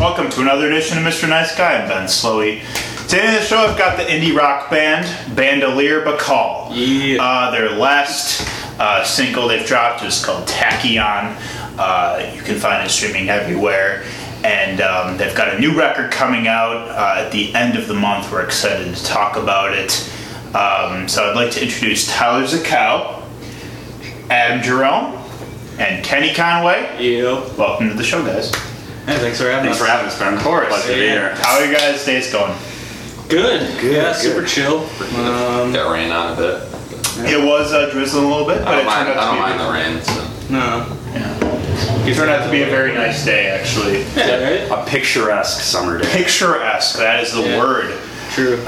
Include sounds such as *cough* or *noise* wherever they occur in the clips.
another edition of Mr. Nice Guy. I'm Ben Slowey. Today on the show, I've got the indie rock band Bandolier Bacall. Yeah. Uh, their last uh, single they've dropped is called Tachyon. Uh, you can find it streaming everywhere. And um, they've got a new record coming out uh, at the end of the month. We're excited to talk about it. Um, so I'd like to introduce Tyler Zakow, Adam Jerome, and Kenny Conway. Yeah. Welcome to the show, guys. Hey, thanks for having Thanks for us. having us, Ben. Of course. Pleasure to be Yeah. here. How are you guys' days going? Good. Good, Yeah, good. super chill. Um, Got rain on a bit. It was uh, drizzling a little bit, I but it don't mind. turned I don't mind out the rain. So. no. to be, it turned out to be a very nice day, actually. Yeah, right? A picturesque summer day. Picturesque, that is the Yeah. word. True.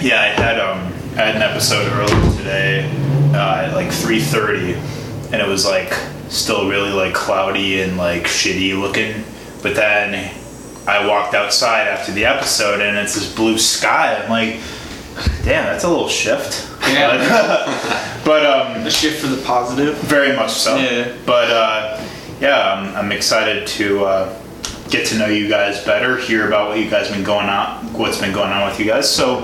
Yeah, I had um, I had an episode earlier today uh, at like 3:30, and it was like still really like cloudy and like shitty looking. But then I walked outside after the episode, and it's this blue sky. I'm like, damn, that's a little shift. Yeah. *laughs* but um, a shift for the positive. Very much so. Yeah. But uh, yeah, I'm, I'm excited to uh, get to know you guys better, hear about what you guys been going on, what's been going on with you guys. So,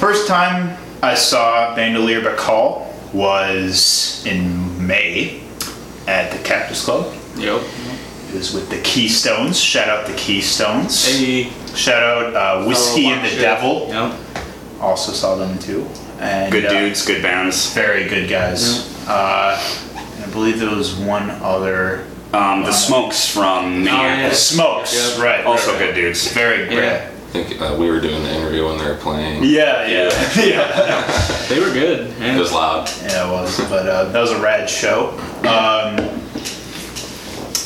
first time I saw Bandolier Bacall was in May at the Cactus Club. Yep. It was with the Keystones. Shout out the Keystones. Hey. Shout out uh, Whiskey and the Devil. Yep. Also saw them too. And, Good uh, dudes, good bands. Very good guys. Uh, I believe there was one other Um, the Smokes from The Minneapolis. Smokes, Yeah. right? Also right, good right. dudes. Very great. Yeah. I think uh, we were doing the interview when they were playing. Yeah, yeah, *laughs* yeah. They were good. It Yeah. was loud. yeah, it was, but uh, that was a rad show. Um,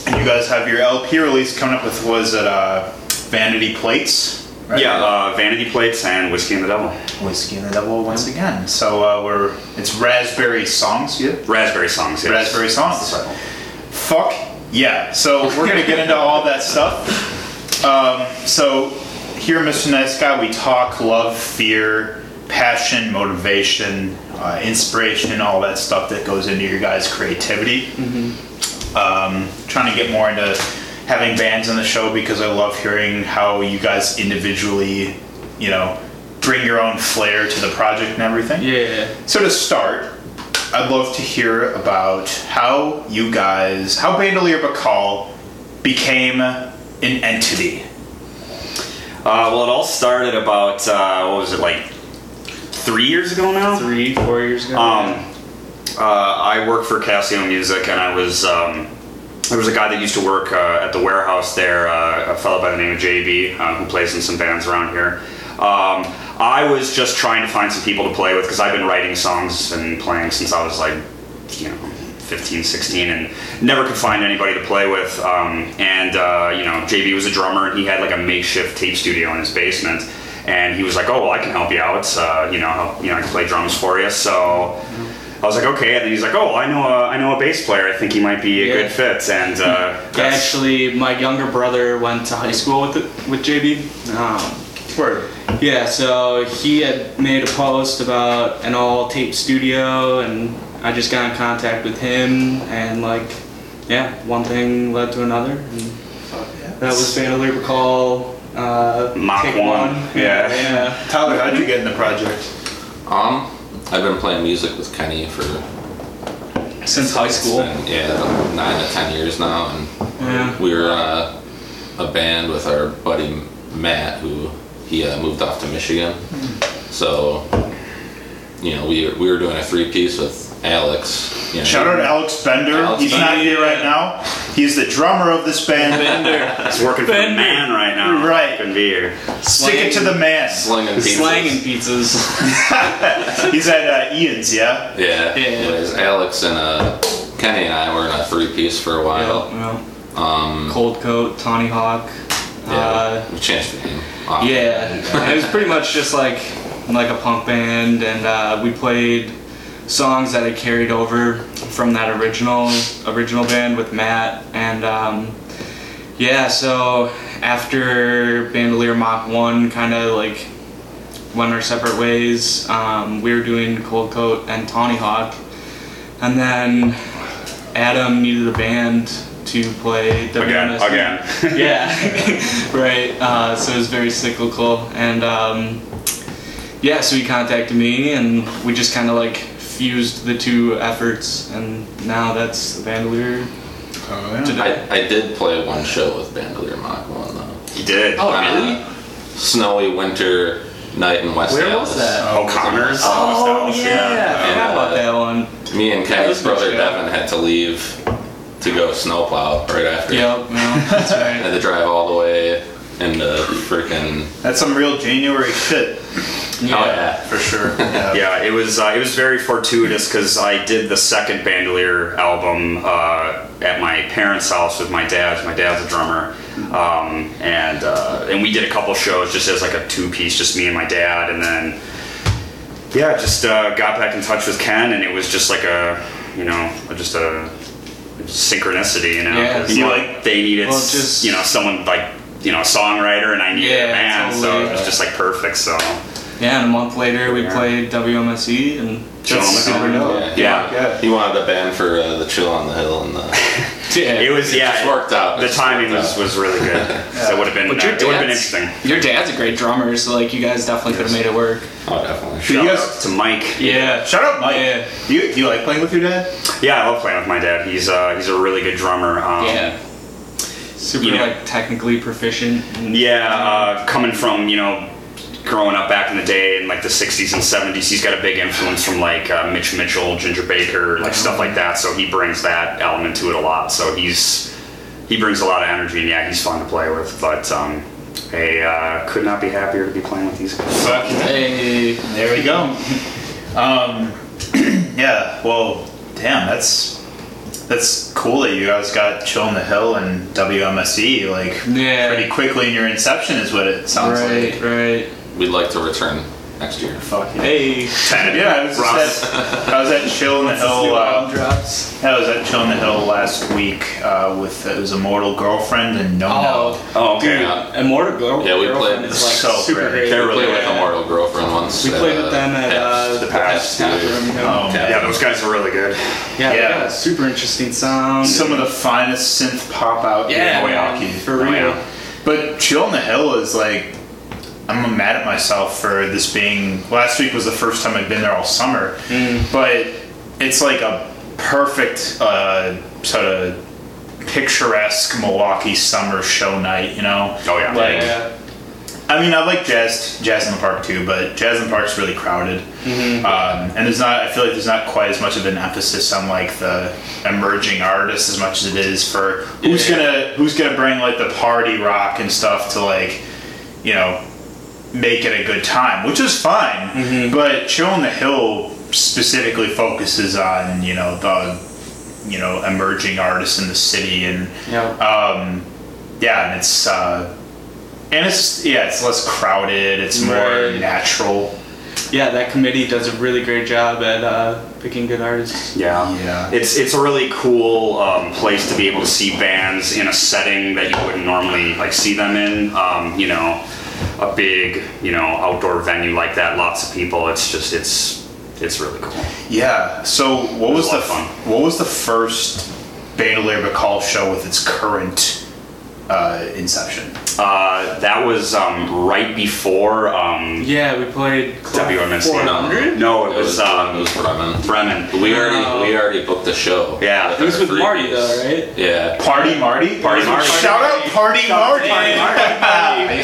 and you guys have your LP release coming up with was it uh, Vanity Plates? Right? Yeah, uh, Vanity Plates and Whiskey and the Devil. Whiskey and the Devil once again. So uh, we're it's raspberry songs. Yeah, Raspberry songs, yes. raspberry songs. Right. Fuck yeah. So we're gonna get into all that stuff. Um, so here, at Mr. Nice Guy, we talk love, fear, passion, motivation, uh, inspiration, and all that stuff that goes into your guys' creativity. Um, trying to get more into having bands on the show because I love hearing how you guys individually, you know, bring your own flair to the project and everything. Yeah. So to start, I'd love to hear about how you guys, how Bandolier Bacall became an entity. Uh, well, it all started about, uh, what was it, like three years ago now? Three, four years ago. Um, uh, I work for Casio Music, and I was um, there was a guy that used to work uh, at the warehouse there, uh, a fellow by the name of JB, uh, who plays in some bands around here. Um, I was just trying to find some people to play with because I've been writing songs and playing since I was like, you know, 15, 16, and never could find anybody to play with. Um, and uh, you know, JB was a drummer, and he had like a makeshift tape studio in his basement. And he was like, "Oh, well, I can help you out. Uh, you know, help, you know, I can play drums for you." So I was like, "Okay." And then he's like, "Oh, I know, a, I know a bass player. I think he might be a Yeah. good fit." And uh, Yeah, that's- actually, my younger brother went to high school with it, with JB. Um, Word. Yeah, so he had made a post about an all tape studio, and I just got in contact with him, and like, yeah, one thing led to another. And that was Bandolier Recall. Uh, Mach take one. Yeah. yeah. Tyler, how'd you get in the project? Um, I've been playing music with Kenny for Since high school. Cool. and, yeah about nine to ten years now, and Yeah. we were uh, a band with our buddy Matt, who he uh, moved off to Michigan. Hmm. So, you know, we we were doing a three piece with Alex. You know, Shout out to Alex Bender. Alex He's not Bender. here right now. He's the drummer of this band. Bender. that's working for the man right now. Right. Couldn't be here. Stick it to the man. Slang and Pieces. Slang and pizzas. He's at uh, Ian's, yeah? Yeah. Yeah. Anyways, Alex and uh, Kenny and I were in a three piece for a while. Yeah, Um, Cold coat, Tawny Hawk. yeah, Uh, we changed the name. Um, Yeah, it was pretty much just like like a punk band, and uh, we played songs that had carried over from that original original band with Matt, and um, yeah, so after Bandolier Mach One, kind of like went our separate ways. Um, we were doing Cold Coat and Tawny Hawk, and then Adam needed a band to play Again, WMSU. again. *laughs* yeah, *laughs* right. Uh, so it was very cyclical, and um, yeah, so he contacted me, and we just kind of like fused the two efforts, and now that's the Bandolier Oh, yeah. today. I, I did play one show with Bandolier Mach 1 though. He did. Oh, On a really? Snowy winter night in West Where Dallas. was that? O'Connor's. Oh, yeah, I forgot And, about uh, that one. Oh. Me and That Kenny's was a good brother show. Devin had to leave to go snowplow right after. Yep, no, *laughs* that's Had right. to drive all the way into freaking. That's some real January shit. Oh yeah. For *laughs* sure. Yeah, it was uh, it was very fortuitous because I did the second Bandolier album uh, at my parents' house with my dad. My dad's a drummer, um, and uh, and we did a couple shows just as like a two piece, just me and my dad, and then yeah, just uh, got back in touch with Ken, and it was just like a you know just a synchronicity, you know, Yeah. 'cause, You like, like- they needed Well, s- just- you know someone like you know a songwriter, and I needed a Yeah, man, so it totally. was just like perfect. So Yeah, and a month later we Yeah. played WMSE E and Gentlemen. just super dope. Yeah. yeah. Yeah. He wanted a band for uh, the Chill on the Hill and the. Yeah. It was yeah. *laughs* just worked out. It The just timing worked was, out. was really good. So it would have been But uh, your it would have been dad's- interesting. Your dad's a great drummer, so like you guys definitely could have made it work. Oh, definitely. you Shout guys- out to Mike. Yeah. Shut up, Mike. Yeah. Do you, do you like playing with your dad? Yeah, I love playing with my dad. He's uh, he's a really good drummer. Um, Yeah. Super You know- like technically proficient. and- yeah, uh, coming from you know growing up back in the day in like the 60s and 70s he's got a big influence from like uh, mitch mitchell ginger baker like stuff like that so he brings that element to it a lot so he's he brings a lot of energy and yeah he's fun to play with but um i uh, could not be happier to be playing with these guys Hey. There we go. Um, *clears throat* yeah. Well, damn. That's that's cool that you guys got Chill on the Hill and WMSE E, like Yeah. pretty quickly in your inception is what it sounds Right, like. right. We'd like to return next year. Fuck yeah. Hey. Yeah, I was, Ross. just at, I was at Chill on the Hill. Uh, I was at Chill on the Hill last week uh, with it was Immortal Girlfriend and No No. Oh. oh okay Yeah. Immortal Girl. Yeah, we Girlfriend played- is, like, so super great. great. We They're really played with yeah. Immortal Girlfriend once. We played with them at Pabst. uh, the Pabst Pabst Tap Room, Brewery. you know? Um, yeah those guys are really good Yeah, Yeah. yeah. super interesting sound. Some of the finest synth pop out yeah, in man, Milwaukee. Oh, for real. yeah. But Chill on the Hill is like, I'm mad at myself for this being. Last week was the first time I'd been there all summer, Mm. but it's like a perfect uh, sort of picturesque Milwaukee summer show night. You know? Oh, yeah. Like, Yeah. I mean, I like jazz, jazz in the park too, but jazz in the park's really crowded, um, and there's not. I feel like there's not quite as much of an emphasis on like the emerging artists as much as it is for who's Yeah. gonna who's gonna bring like the party rock and stuff to like, you know, make it a good time, which is fine. But Chill on the Hill specifically focuses on you know the you know emerging artists in the city and Yeah. Um, yeah, and it's uh, and it's yeah, it's less crowded. It's more Right. natural. yeah, that committee does a really great job at uh, picking good artists. Yeah. Yeah. It's it's a really cool um, place to be able to see bands in a setting that you wouldn't normally like see them in. Um, you know, a big you know outdoor venue like that, lots of people. It's just it's it's really cool. Yeah. So what It was, was a the lot of fun. f- what was the first Bandolier Bacall show with its current uh, inception? Uh, that was um, right before um, Yeah, we played Club WMSC. 400. It No, it was um, it uh, was Bremen. Bremen. We already Wow. we already booked the show. Yeah. our It was with three Marty, days. though, right? Yeah. Party Marty. Party Marty. Shout out Party Marty.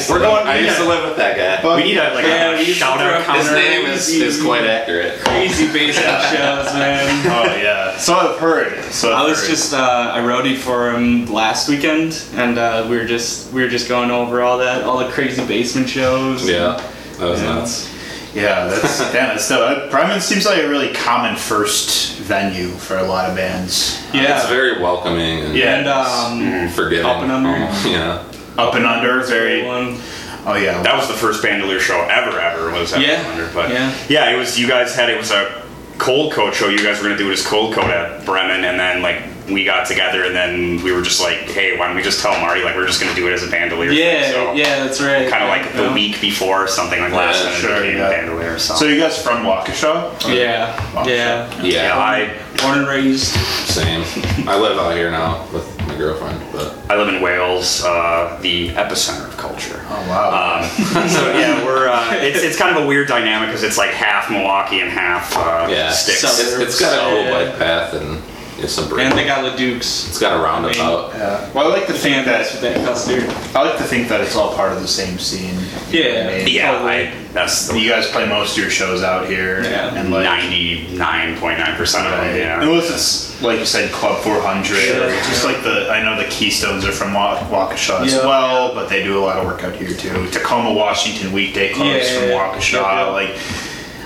We're going. I used to live with that guy. We need a like Yeah, we a used to shout throw- out His His counter. name is, is quite accurate. Crazy bass shows, man. Oh yeah. *laughs* So I've heard. So I've I was heard. just uh, I roadie for him last weekend, and uh, we were just we were just going over all that, all the crazy basement shows. Yeah. That was Yeah. nuts. yeah. *laughs* That's damn. That's dope. Bremen seems like a really common first venue for a lot of bands. yeah. It's very Mm-hmm. welcoming and Yeah. and um, forgiving. Up and under. Oh, *laughs* yeah. Up and under. Very. one. Oh yeah. That was the first Bandolier show ever, ever was at Yeah. 100. But Yeah. yeah, it was. You guys had it was a cold coat show. You guys were gonna do it as cold coat at Bremen, and then like we got together, and then we were just like, hey, why don't we just tell Marty like we're just gonna do it as a Bandolier? Yeah, yeah, that's right. Kind of like the Yeah. week before or something like last Yeah, minute sure, became yeah. Bandolier. So, So you guys from Waukesha? Yeah, Wow. yeah. Yeah. yeah, I Born and raised. *laughs* Same. I live out here now with my my girlfriend, but I live in Wales, uh, the epicenter *laughs* of culture. Oh wow. Um, so yeah, we're uh, it's, it's kind of a weird dynamic because it's like half Milwaukee and half uh, yeah, sticks. it's- it's got So- a cool bike path and it's some break. And they got Leduc's. it's got a roundabout. yeah. Well, I like to think That's that what that custard. I like to think that it's all part of the same scene. You know what I Yeah. mean? yeah, I, that's You the guys play most of your shows out here, Yeah. and like ninety nine point nine percent of them. Yeah. Unless it's like you said, Club 400, or Sure. just like the I know the Keystones are from Wa- Waukesha as Yeah. well, but they do a lot of work out here too. Tacoma, Washington weekday clubs Yeah. from Waukesha. Yeah, yeah. Like,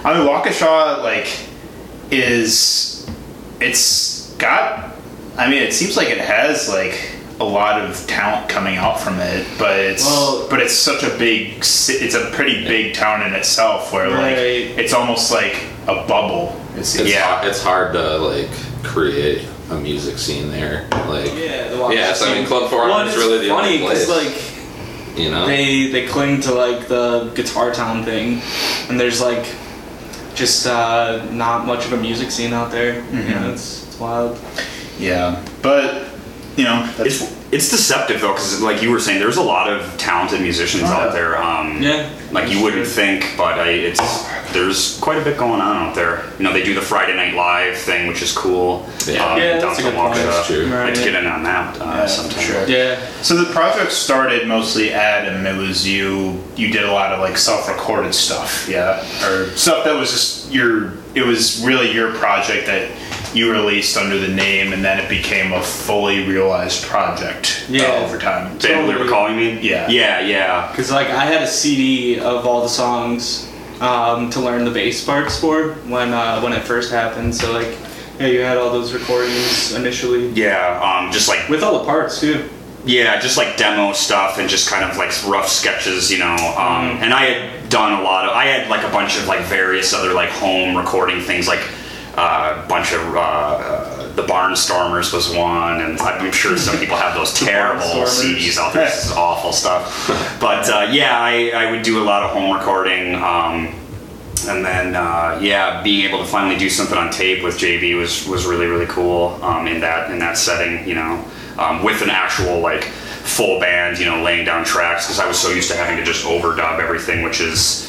I mean, Waukesha like is it's got. I mean, it seems like it has like a lot of talent coming out from it, but it's Well- but it's such a big. ci- It's a pretty big town in itself, where like Right. it's almost like a bubble. It seems. It's, Yeah. yeah. it's hard to like create a music scene there. Like Yeah, the Waukesha Yeah, so I mean, scene. Club 400 Well, is it's really the funny only place. like you know, they they cling to like the guitar town thing and there's like just uh, not much of a music scene out there you know it's, it's wild Yeah, but you know, that's, It's it's deceptive though, because like you were saying, there's a lot of talented musicians out there. Um, Yeah. Like you wouldn't think, but I, it's there's quite a bit going on out there. You know, they do the Friday Night Live thing, which is cool. Yeah. um, uh, Yeah, down that's a to good point. Waukesha. That's true. I'd Right. get in on that uh, Yeah, sometime. sure. yeah so the project started mostly Adam. It was you. You did a lot of like self-recorded stuff, yeah, or stuff that was just your. It was really your project that you released under the name, and then it became a fully realized project uh, Yeah. over time. They were calling me. Yeah. Yeah. Yeah. because like i had a cd of all the songs um, to learn the bass parts for when uh, when it first happened so like yeah you had all those recordings initially Yeah. Um, just like with all the parts too Yeah, just like demo stuff and just kind of like rough sketches, you know. Um, and I had done a lot of, I had like a bunch of like various other like home recording things, like uh, a bunch of uh, uh, the Barnstormers was one, and I'm sure some people have those terrible Barnstormers. CDs out there. This is awful stuff. But uh, yeah, I, I would do a lot of home recording. Um, and then uh, yeah, being able to finally do something on tape with JB was was really really cool um, in that in that setting, you know, um, with an actual like full band, you know, laying down tracks because I was so used to having to just overdub everything, which is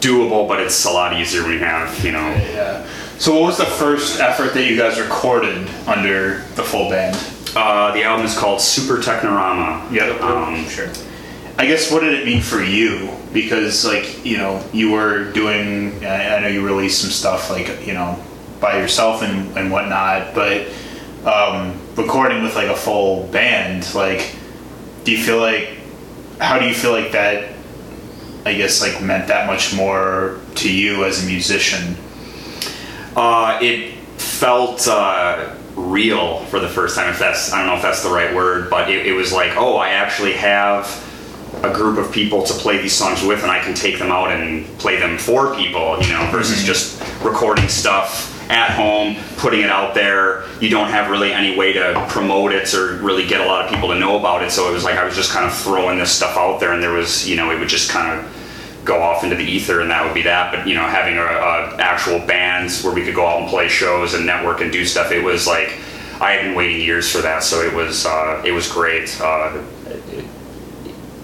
doable, but it's a lot easier when you have you know. Yeah. So what was the first effort that you guys recorded under the full band? Uh, the album is called Super Technorama. Um, sure. I guess what did it mean for you? Because like you know, you were doing. I I know you released some stuff like you know, by yourself and and whatnot. But um, recording with like a full band, like, do you feel like? How do you feel like that? I guess like meant that much more to you as a musician. Uh, it felt uh, real for the first time. If that's I don't know if that's the right word, but it, it was like, oh, I actually have a group of people to play these songs with, and I can take them out and play them for people, you know, versus just recording stuff at home, putting it out there. You don't have really any way to promote it or really get a lot of people to know about it. So it was like I was just kind of throwing this stuff out there, and there was, you know, it would just kind of go off into the ether and that would be that but you know having a, a actual bands where we could go out and play shows and network and do stuff it was like i had been waiting years for that so it was uh, it was great uh, it-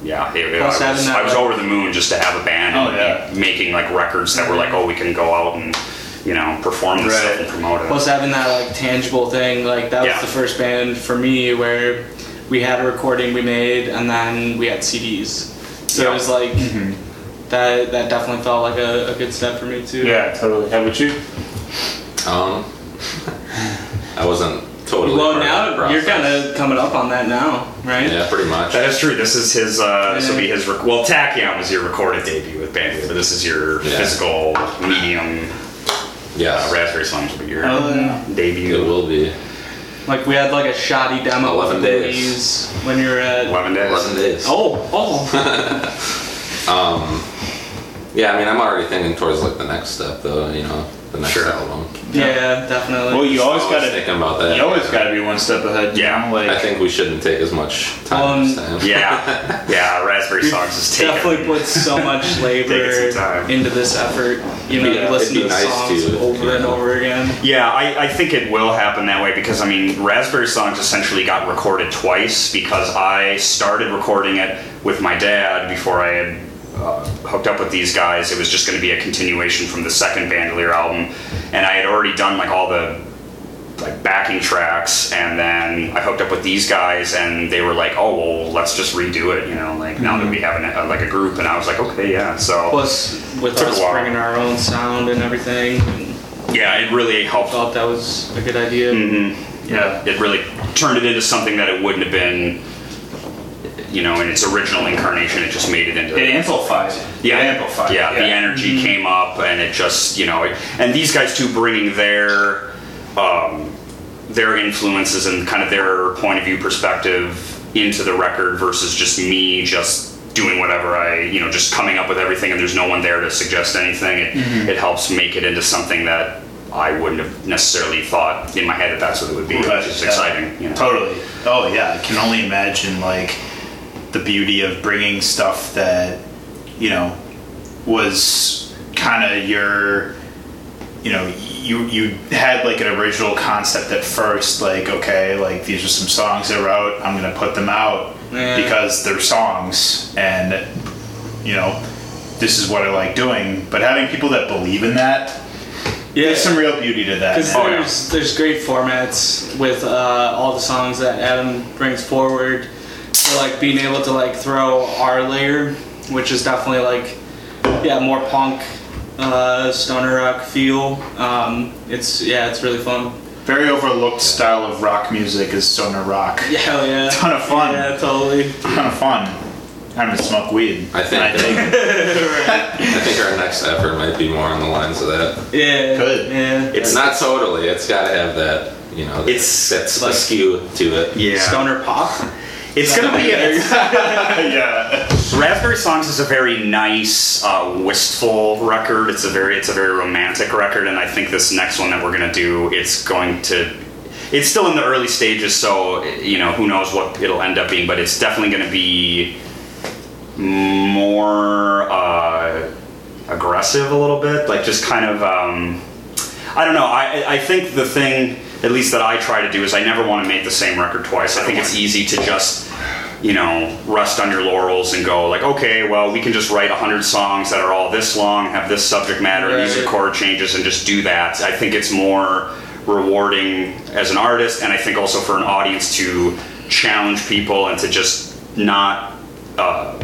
yeah it, it- I, Plus was, having that, I was like- over the moon just to have a band Oh, and yeah. be making like records that were Mm-hmm. like oh we can go out and you know perform this stuff Right. and promote it Plus having that like tangible thing, like that Yeah. was the first band for me where we had a recording we made and then we had CDs. So Yeah. it was like Mm-hmm. that that definitely felt like a, a good step for me too. totally. How about you? um, I wasn't totally. Well part of now that you're process. kinda coming up on that now, right? yeah, pretty much. that is true. This is his. Uh, This will be Yeah. his. Rec- well, Tachyon was your recorded debut with Bandit, but this is your Yeah. physical medium. Uh, Yes, Raspberry Slimes will be your Oh, yeah. debut. it will be Like we had like a shoddy demo 11 of days. Louise when you were at Oh. Oh. *laughs* Eleven days. eleven days. Oh, oh Um, Yeah, I mean, I'm already thinking towards like the next step, though. You know, the next Sure. album. Yeah, definitely. Well, you always Always gotta thinking about that. you always gotta be one step ahead. you Yeah. know, like I think we shouldn't take as much time Um, this time. Yeah, yeah. Raspberry songs is taken. definitely put *laughs* so much labor Taking some time. into this effort. You know, Yeah, you listen it'd be to the nice songs to, over and yeah. over again. Yeah, I, I think it will happen that way because I mean, Raspberry Songs essentially got recorded twice because I started recording it with my dad before I had uh, hooked up with these guys. It was just going to be a continuation from the second Bandolier album, and I had already done like all the like backing tracks, and then I hooked up with these guys, and they were like, "Oh, well, let's just redo it," you know, like now that we have an, uh, like a group, and I was like, "Okay, yeah." So Plus, with Took a us while. bringing our own sound and everything, yeah, it really helped thought that was a good idea. Mm-hmm. yeah, it really turned it into something that it wouldn't have been, you know, in its original incarnation. It just made it into it amplifies. it. yeah, it amplifies. it, Yeah, the energy Mm-hmm. came up, and it just you know, it, and these guys too bringing their um, their influences and kind of their point of view perspective into the record versus just me just doing whatever I you know just coming up with everything and there's no one there to suggest anything. It Mm-hmm. it helps make it into something that. I wouldn't have necessarily thought in my head that that's what it would be, Right, which is yeah. exciting. You know? Totally. Oh yeah, I can only imagine like the beauty of bringing stuff that you know was kind of your you know you you had like an original concept at first like okay like these are some songs that are out I'm gonna put them out Yeah. because they're songs and you know this is what I like doing but having people that believe in that Yeah, there's some real beauty to that Oh, Because man. yeah. there's, there's great formats with uh, all the songs that Adam brings forward. So like being able to like throw our layer, which is definitely like yeah more punk, uh, stoner rock feel. Um, it's yeah, it's really fun. very overlooked style of rock music is stoner rock Yeah, hell yeah. Ton of fun. Yeah, totally. kind of fun. I'm gonna smoke weed. I think- And I *laughs* I think our next effort might be more on the lines of that. Yeah. Good. Yeah. It's Not totally. It's got to have that. You know, It's- that's like- a skew to it. yeah. *laughs* Stoner pop. It's gonna be a, think, yeah. Raspberry Songs is a very nice, uh, wistful record. It's a very, it's a very romantic record, and I think this next one that we're gonna do, it's going to, it's still in the early stages, so you know who knows what it'll end up being, but it's definitely gonna be more uh, aggressive a little bit, like just kind of. Um, I don't know. I, I think the thing, at least that I try to do, is I never want to make the same record twice. I think it's easy to just, you know, rest on your laurels and go like, okay, well, we can just write hundred songs that are all this long, have this subject matter, and these are Right. chord changes, and just do that. I think it's more rewarding as an artist, and I think also for an audience to challenge people and to just not. Uh,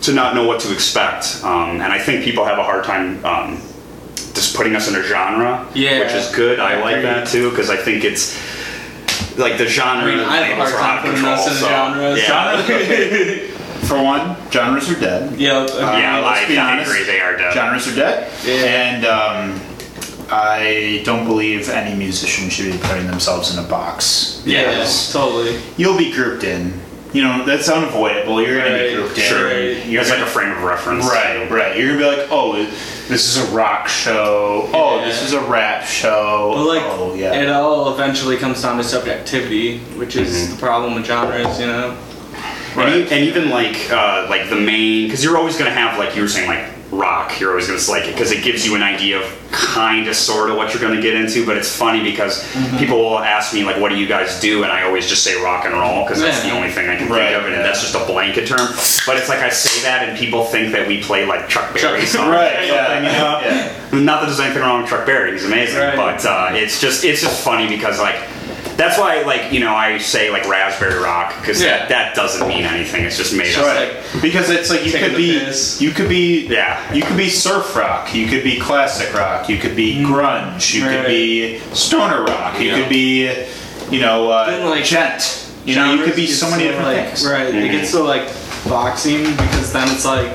to not know what to expect. Um, and I think people have a hard time um, just putting us in a genre, Yeah. which is good. I like that too because I think it's like the genre. I mean, I have a labels are hard time putting out of us in control, so- genres. Yeah, For one, genres are dead. *laughs* Yeah. okay. yeah Let's be I, I honest. agree. They are dead. Genres are dead. Yeah. And um, I don't believe any musician should be putting themselves in a box. yeah. Totally. You'll be grouped in. You know that's unavoidable. You're gonna Right, be grouped Sure, in. Right. You're it's like gonna- a frame of reference. Right, right. You're gonna be like, oh, this is a rock show. Oh, this Yeah. is a rap show. Well, like oh, yeah. it all eventually comes down to subjectivity, which is Mm-hmm. the problem with genres, you know. And, e- and even like uh, like the main because you're always gonna have like you were saying like rock you're always gonna like it because it gives you an idea of kind of sort of what you're gonna get into but it's funny because people will ask me like what do you guys do and I always just say rock and roll because that's the Yeah. only thing I can Right. think of and that's just a blanket term but it's like I say that and people think that we play like Chuck Berry songs or right, yeah, something, you know? yeah. Not that there's anything wrong with Chuck Berry, he's amazing, Right. but uh, it's just it's just funny because like that's why like you know I say like raspberry rock because Yeah. that, that doesn't mean anything. It's just made Sure. up. right. because it's like you Taking could the be piss. you could be Yeah. you could be surf rock you could be classic rock you could be grunge you could Mm. Right. be stoner rock you Yeah. could be you know uh, Then, like, gent you know you could be Genres so many gets different like, things Right, it gets to like boxing because then it's like,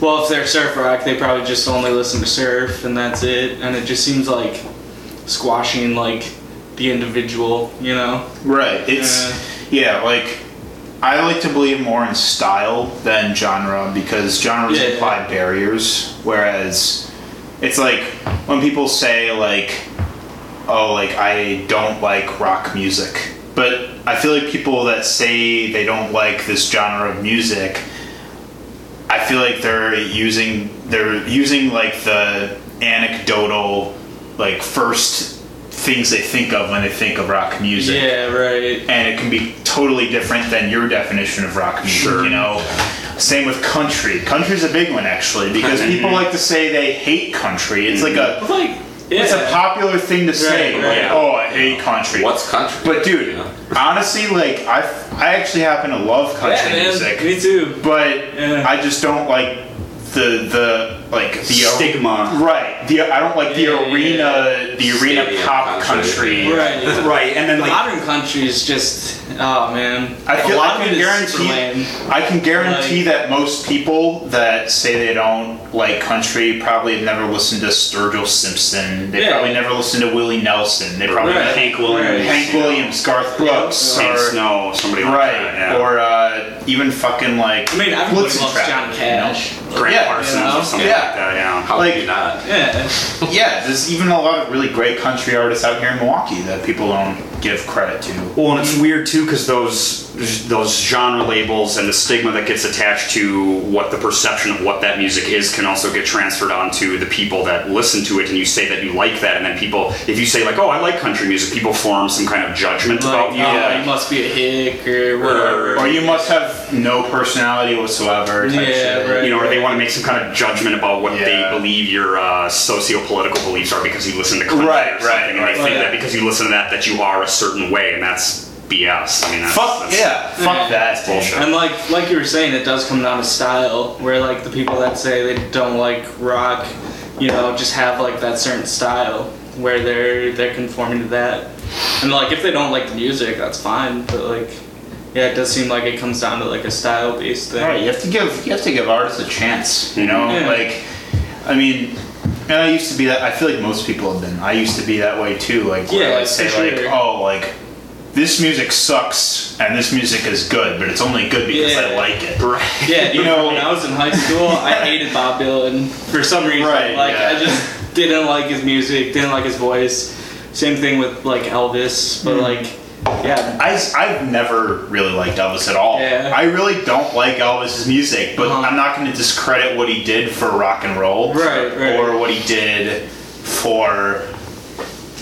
well, if they're surf rock, they probably just only listen to surf and that's it, and it just seems like squashing like the individual, you know. right it's yeah like I like to believe more in style than genre because genres Yeah. imply barriers, whereas it's like when people say like, "Oh, like I don't like rock music," but I feel like people that say they don't like this genre of music, I feel like they're using they're using like the anecdotal like first things they think of when they think of rock music Yeah, right. and it can be totally different than your definition of rock music. You know, same with country. Country's a big one actually *laughs* because people like to say they hate country. It's like a Like, Mm-hmm. yeah. it's a popular thing to say. Right, like, right. oh, I hate country. What's country? But dude, Yeah. honestly, like I I actually happen to love country man, music, Me too. but Yeah. I just don't like the the like the Stigma. Right. The I don't like the Yeah, yeah, arena the arena Stadium pop country, country. yeah. Right. Right, and then *laughs* like Modern country is just, oh man. I A feel I lot of can it is super guarantee lame. I can guarantee that most people that say they don't like country probably have never listened to Sturgill Simpson. They Yeah. probably never listened to Willie Nelson. They probably Right. Hank, Hank Williams, Hank Williams, Garth Brooks, Sam or Snow, somebody like right, that, yeah. or uh, even fucking like I mean, everybody Blitzen loves Trap, Johnny you Cash. Grant yeah, Parsons you know? or something Yeah. like that. Yeah. How like- could you not? Yeah. know? *laughs* Yeah, there's even a lot of really great country artists out here in Milwaukee that people don't give credit to. Well, and it's weird too because those those genre labels and the stigma that gets attached to what the perception of what that music is can also get transferred onto the people that listen to it. And you say that you like that, and then people, if you say like, "Oh, I like country music," people form some kind of judgment Like, about oh, you. you like, must be a hick or whatever. Or you must have no personality whatsoever. type Yeah, shit. right. you know, or they want to make some kind of judgment about what Yeah. they believe your uh, socio-political beliefs are because you listen to country, Right, or right, something, and right. they think Oh, yeah. that because you listen to that that you are a certain way, and that's BS. I mean, that's, Fuck that's, yeah, fuck that that's bullshit. And like like you were saying, it does come down to style. Where like the people that say they don't like rock, you know, just have like that certain style where they're they're conforming to that. And like if they don't like the music, that's fine. But like, yeah, it does seem like it comes down to like a style based thing. Right, you have to give you have to give artists a chance. You know, Yeah. like I mean, and I used to be that. I feel like most people have been. I used to be that way too. Like where Yeah, I say for like, sure. oh, like this music sucks and this music is good, but it's only good because I Yeah. like it. Right. *laughs* Yeah, You you know- know, when I was in high school, I hated Bob Dylan for some reason. Right, like yeah. I just didn't like his music, didn't like his voice. Same thing with like Elvis, Hmm. but like, yeah, I, I've never really liked Elvis at all. Yeah. I really don't like Elvis's music, but Uh-huh. I'm not going to discredit what he did for rock and roll, Right, right. or what he did for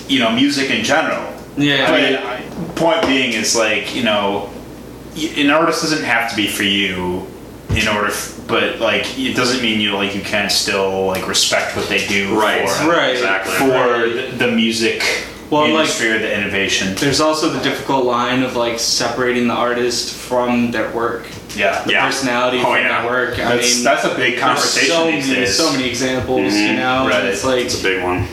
you know music in general. I yeah. mean, I- point being is like you know, y- an artist doesn't have to be for you in order, f- but like it doesn't mean you like you can still like respect what they do Right. for Right. Exactly. for the, the music Well, like- industry or the innovation. There's also the difficult line of like separating the artist from their work, Yeah, the Yeah. personality Oh, from yeah. their work. I That's, mean, that's a big there's conversation so these many, days. so many examples, you Mhm, know. right. and It's like, It's a big one.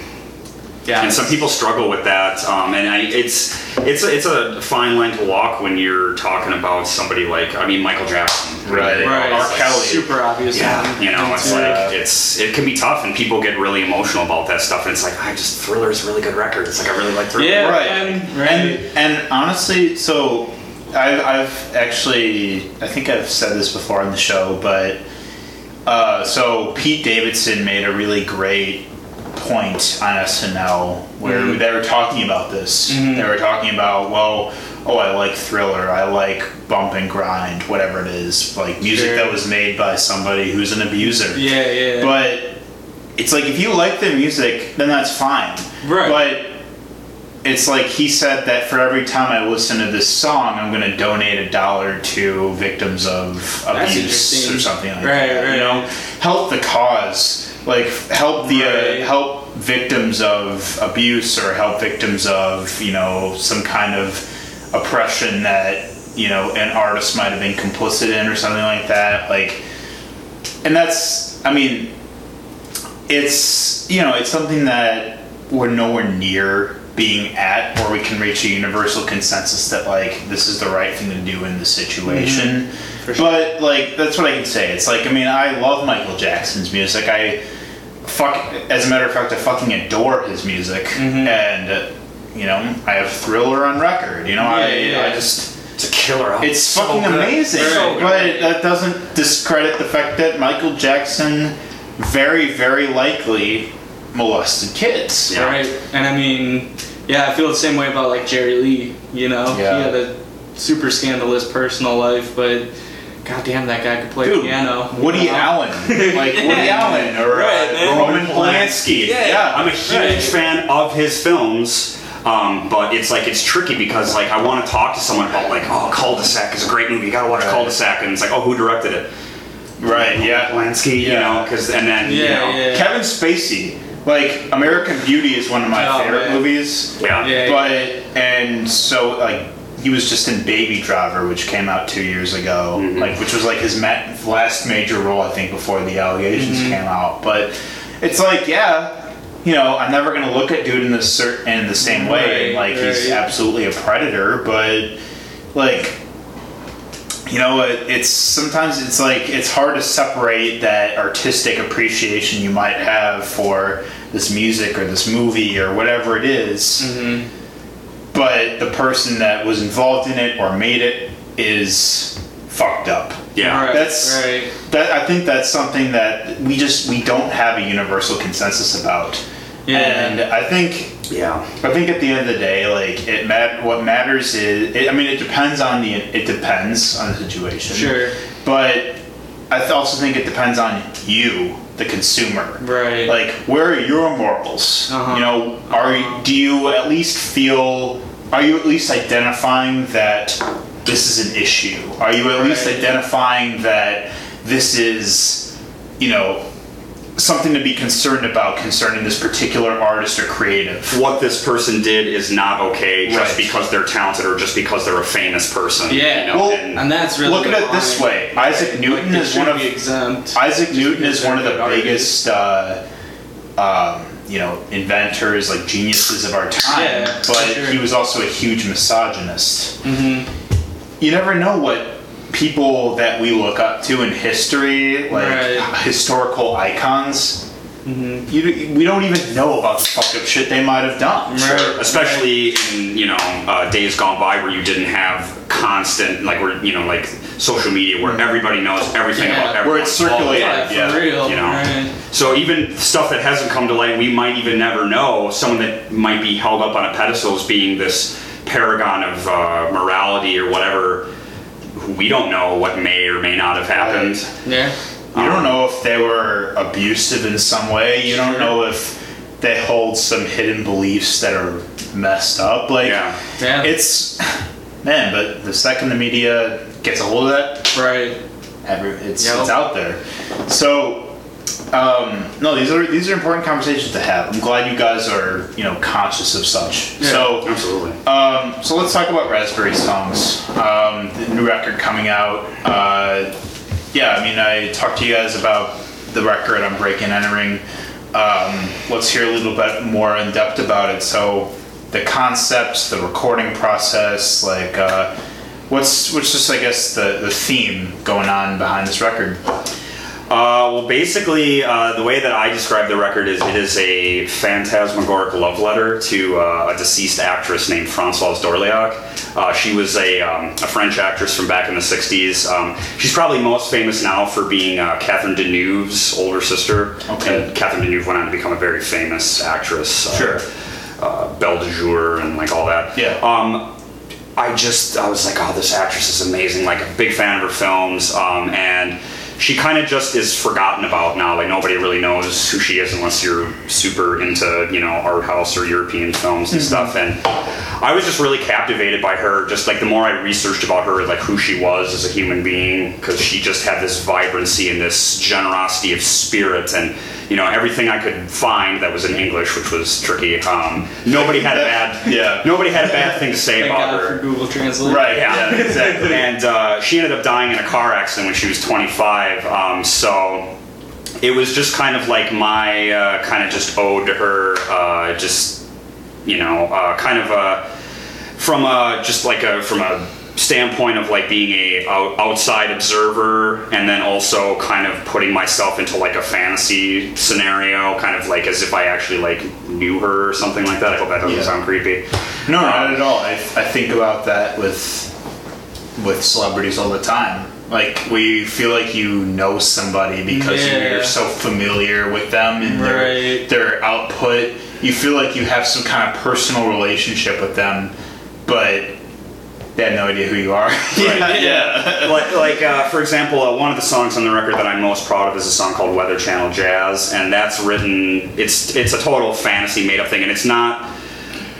yeah, and some people struggle with that um, and I, it's it's a, it's a fine line to walk when you're talking about somebody like I mean Michael Jackson Right. right, R. it's, like, Kelly. super obvious. yeah one. you know it's It's, uh, like it's it can be tough and people get really emotional about that stuff and it's like I just Thriller's a really good record it's like I really like Thriller Yeah. right. and- right. And and honestly, so I've, I've actually I think I've said this before on the show, but uh, so Pete Davidson made a really great point on SNL where Mhm. they were talking about this. Mhm. They were talking about well, oh, I like Thriller, I like Bump and Grind, whatever it is, like music Sure. that was made by somebody who's an abuser. yeah, yeah. But it's like if you like the music, then that's fine. Right. But it's like he said that for every time I listen to this song, I'm going to donate a dollar to victims of That's abuse interesting. or something like Right, that. right. You know, help the cause, like help the Right. uh, help victims of abuse or help victims of you know some kind of oppression that you know an artist might have been complicit in or something like that. Like and that's i mean it's you know it's something that we're nowhere near being at where we can reach a universal consensus that like this is the right thing to do in this situation Mm-hmm. but like that's what i can say it's like i mean i love michael jackson's music i fuck as a matter of fact i fucking adore his Mm-hmm. music and uh, you know i have thriller on record you know Yeah, i yeah, i yeah. just It's a killer album. It's So fucking good. amazing. So good. But that doesn't discredit the fact that Michael Jackson very, very likely molested kids. Yeah. Right. And I mean, yeah, I feel the same way about like Jerry Lee, you know? Yeah. He had a super scandalous personal life, but goddamn, that guy could play Dude, piano. you Woody know? *laughs* Allen, like Woody Allen or Right, uh, man. Roman Roman Polanski. Yeah, I'm a huge Right. fan of his films. Um, but it's like it's tricky because like I want to talk to someone about like oh Cul-de-sac is a great movie you gotta watch Right. Cul-de-sac and it's like oh who directed it right, yeah. Polanski you Yeah. know because and then you Yeah, know yeah. Kevin Spacey. Like American Beauty is one of my Oh, favorite man. movies. Yeah. Yeah. But and so like he was just in Baby Driver, which came out two years ago. Mm-hmm. Like which was like his ma- last major role, I think, before the allegations Mm-hmm. came out. But it's like yeah. You know, I'm never gonna look at dude in the cer- in the same way. Right, like he's right. absolutely a predator, but like you know it, it's sometimes it's like it's hard to separate that artistic appreciation you might have for this music or this movie or whatever it is, Mm-hmm. but the person that was involved in it or made it is fucked up yeah Right, that's right. that i think that's something that we just we don't have a universal consensus about Yeah. and i think yeah I think at the end of the day, like it mat- what matters is, it, I mean, it depends on the it depends on the situation. Sure. But I th- also think it depends on you, the consumer. Right. Like, where are your morals? Uh-huh. You know, are you- do you at least feel? Are you at least identifying that this is an issue? Are you at least Right. identifying that this is, you know, something to be concerned about concerning this particular artist or creative? what this person did is not okay just Right. because they're talented or just because they're a famous person Yeah. you know, Well, and- and that's really Look at the it this line. way: Isaac Newton Like, is one of the exempt. Isaac Newton is one of the Artist. biggest, uh, um, you know, inventors like geniuses of our time. Yeah, for but sure. he was also a huge misogynist. Mm-hmm. You never know what people that we look up to in history, like Right. Mm-hmm. historical icons. You, we don't even know about the fucked up shit they might have done. Right. especially in you know uh, days gone by where you didn't have constant like where you know like social media where everybody knows everything Yeah. about everyone Mm-hmm. Where it's all the circulated, time. Yeah, for real. you know Right. so even stuff that hasn't come to light we might even never know someone that might be held up on a pedestal as being this paragon of uh, morality or whatever who we don't know what may or may not have happened Yeah. You don't know if they were abusive in some way. You don't Sure. know if they hold some hidden beliefs that are messed up. Like, Yeah. Yeah. it's man. But the second the media gets a hold of that, right. every, it's Yep. it's out there. So. Um, no, these are these are important conversations to have. I'm glad you guys are you know conscious of such. Yeah. so absolutely um, so let's talk about Raspberry Songs. Um, the new record coming out. Uh, yeah, I mean, I talked to you guys about the record on Break and Entering. Um, let's hear a little bit more in depth about it. So, the concepts, the recording process, like uh, what's what's just I guess the, the theme going on behind this record. Uh, well, basically, uh, the way that I describe the record is it is a phantasmagoric love letter to uh, a deceased actress named Françoise Dorléac. Uh, she was a, um, a French actress from back in the 60s. Um, she's probably most famous now for being uh, Catherine Deneuve's older sister. Okay. And Catherine Deneuve went on to become a very famous actress. uh, Sure. Uh, Belle de Jour and like all that. Yeah. Um, I just I was like, oh, this actress is amazing. Like a big fan of her films, um, and she kind of just is forgotten about now. Like nobody really knows who she is unless you're super into you know art house or European films Mm-hmm. and stuff. And I was just really captivated by her. Just like the more I researched about her, like who she was as a human being, because she just had this vibrancy and this generosity of spirit and. You know everything I could find that was in English, which was tricky. Um, nobody had *laughs* a bad, Yeah. Nobody had a bad thing to say Thank about God her. for Google Translate. Right. Yeah, Yeah. exactly. and uh, she ended up dying in a car accident when she was 25. Um, so it was just kind of like my uh, kind of just ode to her, uh, just you know, uh, kind of a from a just like a from a standpoint of like being a out, outside observer and then also kind of putting myself into like a fantasy scenario kind of like as if i actually like knew her or something like that i hope that doesn't Yeah. sound creepy No, not at all. I, I think about that with with celebrities all the time. Like we feel like you know somebody because Yeah. you're so familiar with them and Right. their their output. You feel like you have some kind of personal relationship with them, but they have no idea who you are. *laughs* yeah. like, like uh, for example, uh, one of the songs on the record that I'm most proud of is a song called Weather Channel Jazz, and that's written. It's it's a total fantasy made up thing, and it's not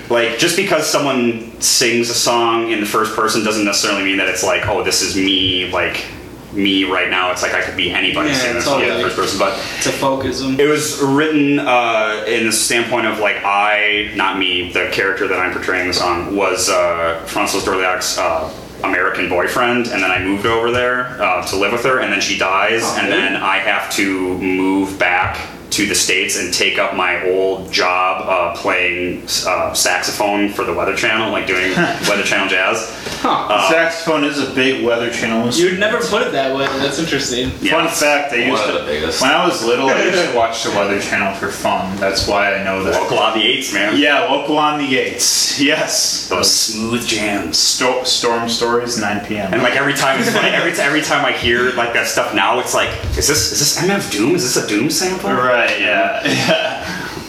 like just because someone sings a song in the first person doesn't necessarily mean that it's like oh this is me like me right now. It's like I could be anybody Yeah, singing this song in the totally. first person, but to focus them. it was written uh, in the standpoint of like I, not me, the character that I'm portraying in the song was uh, Francoise Dorliac's uh, American boyfriend, and then I moved over there uh, to live with her, and then she dies, Oh, and then I have to move back to the states and take up my old job uh, playing uh, saxophone for the Weather Channel, like *laughs* doing Weather Channel jazz. Huh. Saxophone is a big weather channel. instrument. You'd never put it that way. That's interesting. Yeah. Fun fact: I One used of the to, biggest. when I was little, I used to watch the Weather Channel for fun. That's why I know that. Local on the eights, man. Yeah, local on the Yates. Yes. Those smooth jams. Sto- storm stories, 9 p.m. And like every time, it's funny. Every every time I hear like that stuff now, it's like, is this is this MF Doom? Is this a Doom sample? right, yeah.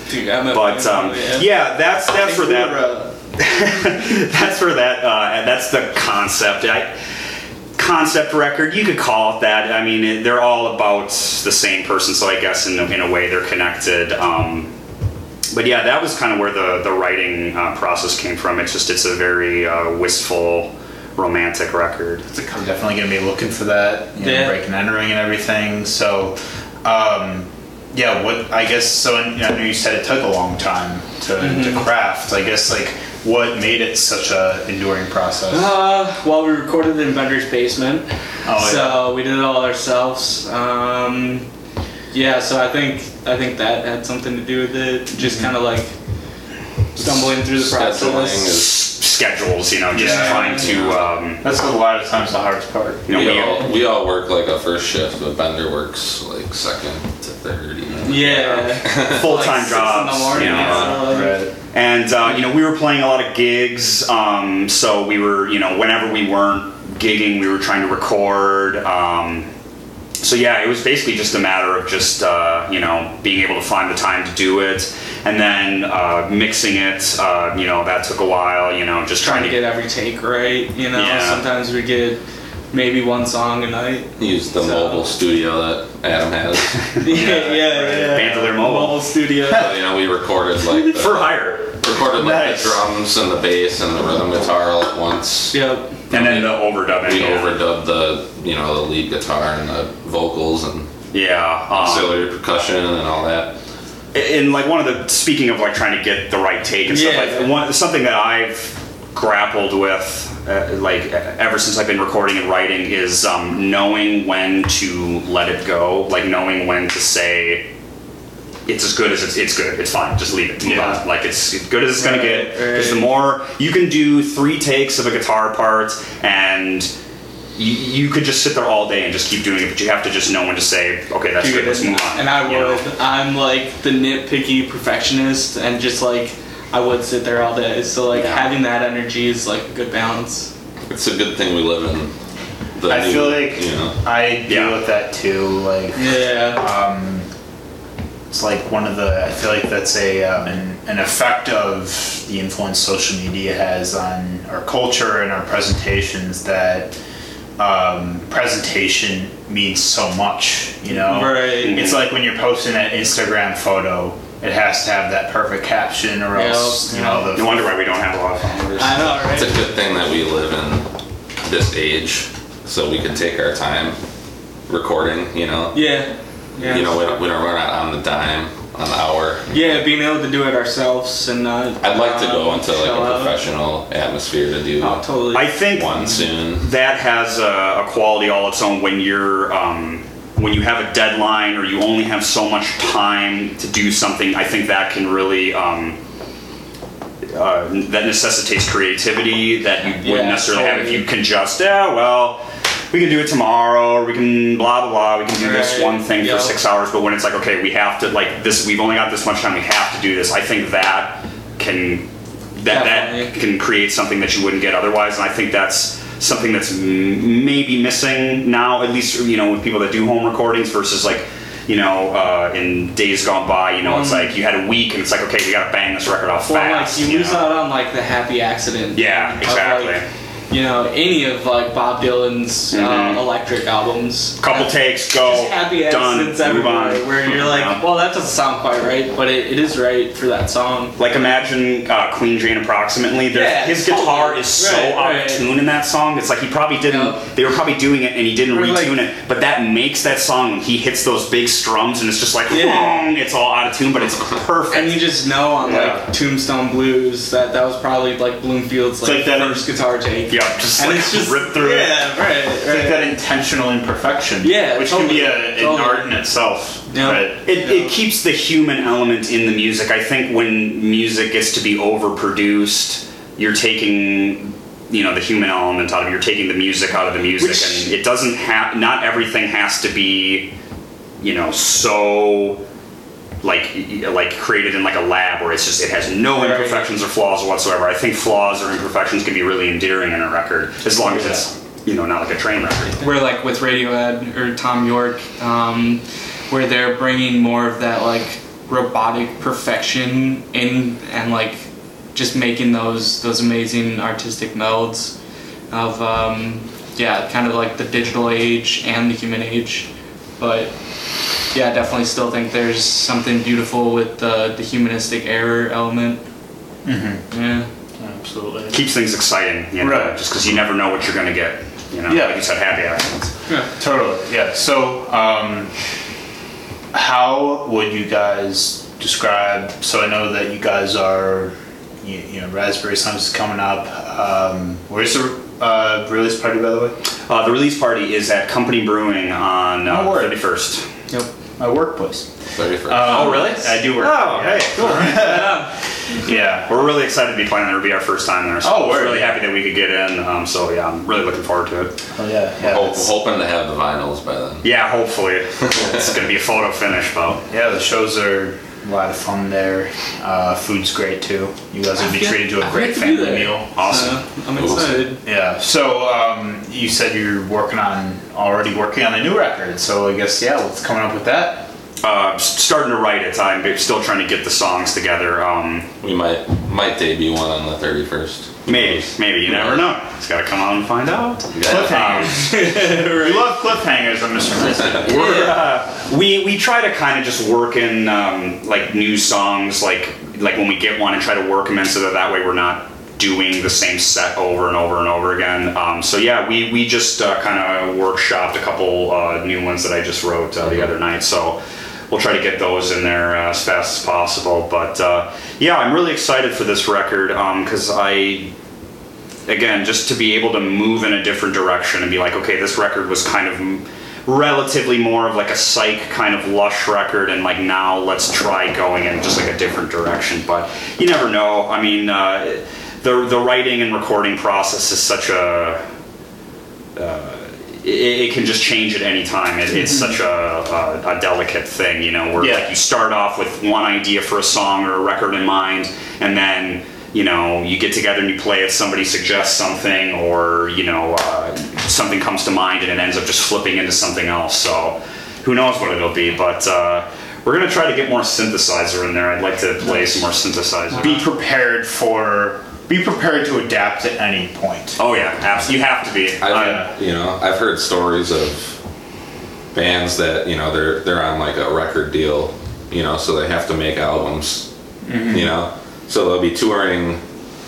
Dude, I'm a But um, yeah, that's that's for that. *laughs* That's for that. Uh, that's the concept. I, concept record. You could call it that. I mean, it, they're all about the same person, so I guess in a, in a way they're connected. Um, but yeah, that was kind of where the the writing uh, process came from. It's just it's a very uh, wistful, romantic record. I'm definitely going to be looking for that, you know, Yeah. breaking and entering and everything. So, um, yeah, what I guess, so and I know you said it took a long time to, to craft. I guess, like, what made it such a enduring process? Oh, Uh, well, we recorded in Bender's basement, Oh, yeah. so we did it all ourselves. Um, yeah, so I think I think that had something to do with it. Just Mm-hmm. kind of like stumbling through the process. Scheduling is schedules, you know, just Yeah. trying to. Um, That's a lot of times the hardest part. you know, we, we- all, we all work like a first shift, but Bender works like second to third. You know? yeah, *laughs* *laughs* full-time Like six jobs. in the morning. you know. Yeah. Um, Right. And uh, you know, we were playing a lot of gigs, um, so we were, you know, whenever we weren't gigging, we were trying to record. Um, so yeah, it was basically just a matter of just uh, you know being able to find the time to do it, and then uh, mixing it. Uh, you know, that took a while. You know, just trying to get every take right. You know, Yeah. sometimes we get maybe one song a night. *laughs* Use the So- mobile studio that *laughs* Adam has. yeah, yeah, yeah. Bandolier Mobile. Mobile studio. *laughs* so, you know, we recorded like the, for hire. recorded like Nice. the drums and the bass and the rhythm guitar all at once. yep. And then the overdub. We it, yeah. overdubbed the you know the lead guitar and the vocals and Yeah. um, auxiliary percussion and all that. in like one of the speaking of like trying to get the right take and stuff Yeah. like one something that I've grappled with uh, like e- ever since I've been recording and writing is um, knowing when to let it go like knowing when to say it's as good as it's, it's good it's fine just leave it move Yeah. on like it's as good as it's gonna Right, get because the right. more you can do three takes of a guitar part and you, you could just sit there all day and just keep doing it but you have to just know when to say okay that's good Dude, let's and, move on and I you know? would. I'm like the nitpicky perfectionist, and just like I would sit there all day. So like Yeah. having that energy is like a good balance. It's a good thing we live in. The I new, feel like you know. I deal Yeah. with that too. Like, Yeah. um, it's like one of the i feel like that's a um, an, an effect of the influence social media has on our culture and our presentations that um, presentation means so much you know Right. it's like when you're posting that instagram photo it has to have that perfect caption or else Yep. you know No the wonder why we don't have a lot of followers. I know, It's a right? good thing that we live in this age, so we can take our time recording. You know, Yeah. Yeah. you know, we don't, we don't run out on the dime, on the hour. yeah, being able to do it ourselves and not. I'd like to go um, into like shell a out. professional atmosphere to do Oh, totally. I think one soon. that has a, a quality all its own when you're um, when you have a deadline or you only have so much time to do something. I think that can really um, uh, that necessitates creativity that you wouldn't Yeah, necessarily have if totally. you can just yeah well. We can do it tomorrow. Or we can blah blah blah. We can do this Right, one thing yeah. for six hours. But when it's like, okay, we have to like this. We've only got this much time. We have to do this. I think that can that that Definitely. can create something that you wouldn't get otherwise and i think that's something that's m- maybe missing now, at least you know with people that do home recordings versus like you know uh, in days gone by. You know, it's like you had a week and it's like okay, we gotta bang this record off Mm. Well, fast. like you, lose know? out on like the happy accident. Yeah, of, exactly. like, you know, any of like Bob Dylan's Mm-hmm. Mhm. uh, electric albums. Couple takes, go Just happy done, accidents move on. Mm, everywhere where you're like, You know? well, that doesn't sound quite right, but it, it is right for that song. Like imagine uh, Queen Jane approximately. There's- Yeah, his guitar totally. is so Right, out right. of tune in that song. It's like he probably didn't. Yep. They were probably doing it and he didn't Or like- retune it. But that makes that song when he hits those big strums and it's just like, Yeah. "Whong," it's all out of tune, but it's perfect. And you just know on Yeah. like Tombstone Blues that that was probably like Bloomfield's like, like that- first guitar take. yeah, just And like it's just rip through it. yeah, right, It's like right. that intentional imperfection. Yeah, Which can totally, be a, an totally. art in itself. Yeah. But It, it keeps the human element in the music. I think when music gets to be overproduced, you're taking you know the human element out of it. You're taking the music out of the music, Which- and it doesn't have. Not everything has to be, you know, so like y- like created in like a lab where it's just it has no Right. imperfections or flaws whatsoever. I think flaws or imperfections can be really endearing in a record as long as it's you know not like a train record. where like with Radiohead or Tom York, um, where they're bringing more of that like robotic perfection in and like just making those those amazing artistic melds of um, yeah, kind of like the digital age and the human age, but. Yeah, I definitely still think there's something beautiful with the, the humanistic error element. Mm-hmm. Yeah. absolutely. Keeps things exciting, you know, Right. just because you never know what you're gonna get. You know, Yeah. like you said, happy accidents. Totally. Yeah. So, um, how would you guys describe? So I know that you guys are, you, you know, Raspberry Sons is coming up. Um, where's the uh, release party, by the way? Uh, the release party is at Company Brewing on uh, No word. 31st. Yep. My workplace. 31st. oh, really? I do work. Oh, yeah. hey, cool. *laughs* Yeah. We're really excited to be playing. It'll be our first time there. So Oh, word. we're really happy that we could get in. Um, so yeah, I'm really looking forward to it. Oh, yeah. Yeah. Ho- that's- hoping to have the vinyls by then. Yeah, *laughs* hopefully it's gonna be a photo finish, though. Yeah, the shows are a lot of fun there. Uh, food's great too. You guys would be treated to a I'd great like to be family there. meal. Awesome. Uh, I'm excited. Yeah. So um, you said you're working on already working on a new record. So I guess yeah, what's coming up with that? Uh, s- starting to write it. I'm still trying to get the songs together. Um, We might might debut one on the 31st. maybe, maybe you never know. It's gotta come out and find out. Uh, Yeah. Cliffhangers. we love cliffhangers on Mr. Mystic. *laughs* We're, uh, we we try to kind of just work in um, like new songs, like like when we get one and try to work them in so that that way we're not doing the same set over and over and over again. Um, so yeah, we we just uh, kind of workshopped a couple uh, new ones that I just wrote uh, the other night. So. We'll try to get those in there uh, as fast as possible, but uh, yeah, I'm really excited for this record because I again, just to be able to move in a different direction and be like, okay, this record was kind of m- relatively more of like a psych kind of lush record, and like now let's try going in just like a different direction. But you never know. I mean, uh, the the writing and recording process is such a uh, it, it can just change at any time. It, it's such a, a, a delicate thing, you know, where Yeah. like you start off with one idea for a song or a record in mind, and then you know you get together and you play it. Somebody suggests something, or you know uh, something comes to mind, and it ends up just flipping into something else. So who knows what it'll be, but. Uh, we're gonna try to get more synthesizer in there. I'd like to play some more synthesizer. Be prepared for. Be prepared to adapt at any point. oh yeah, abs- you have to be. I've, Uh, you know, I've heard stories of bands that you know they're they're on like a record deal, you know, so they have to make albums, Mm-hmm. you know, so they'll be touring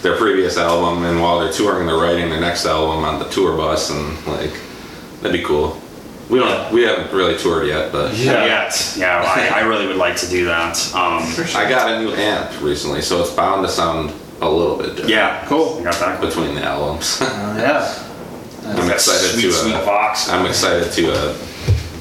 their previous album, and while they're touring, they're writing their next album on the tour bus, and like that'd be cool. We don't, we haven't really toured yet, but yeah, yeah. I, I really would like to do that. Um, I got a new amp recently, so it's bound to sound a little bit different Yeah. Cool. Got that. between the albums. *laughs* Oh, Yeah. I'm excited sweet, to. sweet Uh, box. I'm excited to uh,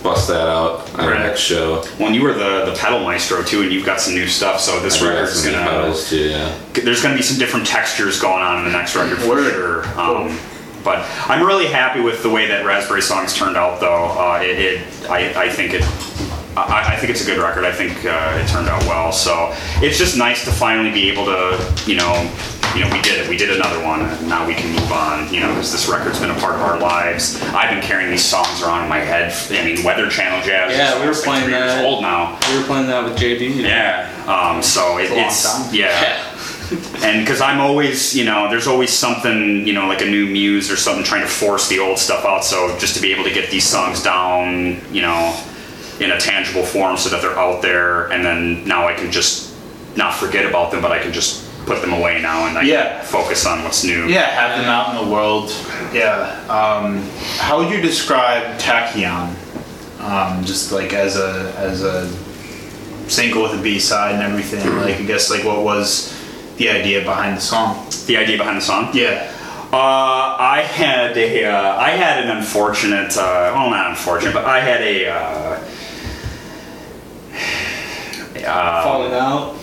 bust that out on our Right. next show. Well, you were the, the pedal maestro too, and you've got some new stuff. So this I got record's some new gonna pedals too. Yeah. there's gonna be some different textures going on in the next record for Word. sure. Um, but I'm really happy with the way that Raspberry Songs turned out, though. Uh, it, it I, I think it. I, I think it's a good record. I think uh, it turned out well. So it's just nice to finally be able to, you know, you know, we did it. We did another one, and now we can move on. You know, because this record's been a part of our lives. I've been carrying these songs around in my head. I mean, Weather Channel jazz. Yeah, we were is like playing three years that. Old now. We were playing that with JD. Yeah. Um, so it, a long it's time. *laughs* yeah. And because I'm always, you know, there's always something, you know, like a new muse or something trying to force the old stuff out. So just to be able to get these songs down, you know, in a tangible form so that they're out there, and then now I can just not forget about them, but I can just put them away now and I Yeah. can focus on what's new. Yeah, have them out in the world. Yeah. Um, how would you describe Tachyon? Um, just like as a as a single with a B side and everything. Like I guess like what was the idea behind the song? The idea behind the song. Yeah. Uh, I had a, uh, I had an unfortunate, uh, well, not unfortunate, but I had a. Uh, Falling out.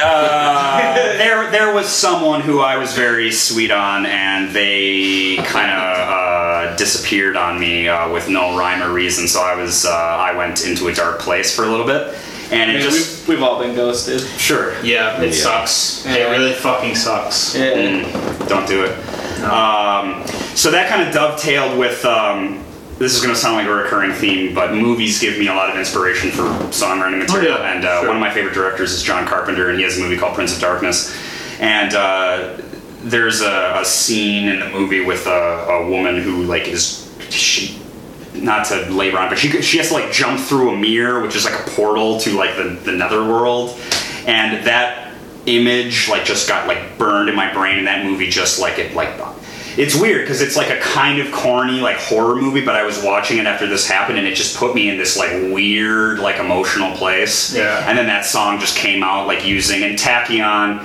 Uh, there, there was someone who I was very sweet on, and they kind of uh, disappeared on me uh, with no rhyme or reason. So I was, uh, I went into a dark place for a little bit, and I it mean, just we've, we've all been ghosted. sure, Yeah, it Yeah. sucks. Yeah. It really fucking sucks. Yeah. Mm, don't do it. Um, so that kind of dovetailed with. Um, this is going to sound like a recurring theme, but movies give me a lot of inspiration for songwriting material. Oh, yeah, and uh, sure. one of my favorite directors is John Carpenter, and he has a movie called Prince of Darkness. And uh, there's a, a scene in the movie with a, a woman who like is she not to labor on, but she she has to like jump through a mirror, which is like a portal to like the the netherworld, and that image like just got like burned in my brain. And that movie just like it like it's weird because it's like a kind of corny like horror movie, but I was watching it after this happened, and it just put me in this like weird like emotional place. Yeah. And then that song just came out like using and Tachyon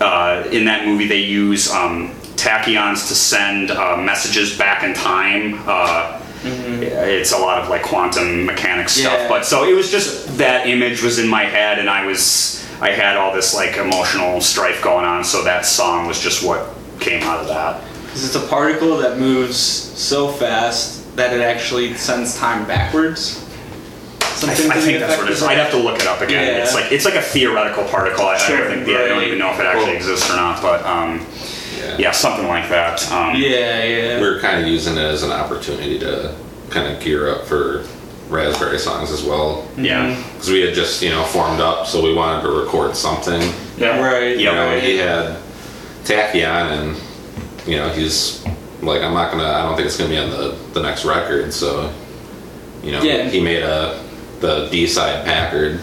uh, in that movie they use um, tachyons to send uh, messages back in time. Uh, It's a lot of like quantum mechanics Yeah. stuff, but so it was just that image was in my head, and I was I had all this like emotional strife going on, so that song was just what came out of that. 'Cause it's a particle that moves so fast that it actually sends time backwards. I, Something I to the think that's effect what it is. of I'd that. have to look it up again. Yeah. It's like it's like a theoretical particle. I, I Sure, don't think yeah, I don't right. even know if it actually Cool. exists or not, but um, yeah, something like that. Um, Yeah, yeah. We were kind of using it as an opportunity to kind of gear up for Raspberry songs as well. yeah. Mm-hmm. Mm. Because we had just, you know, formed up, so we wanted to record something. Yeah. Right. You Yeah. know, he had Tachyon, and, you know, he's like, I'm not gonna, I don't think it's gonna be on the, the next record, so, you know, Yeah. he made a, the D side Packard.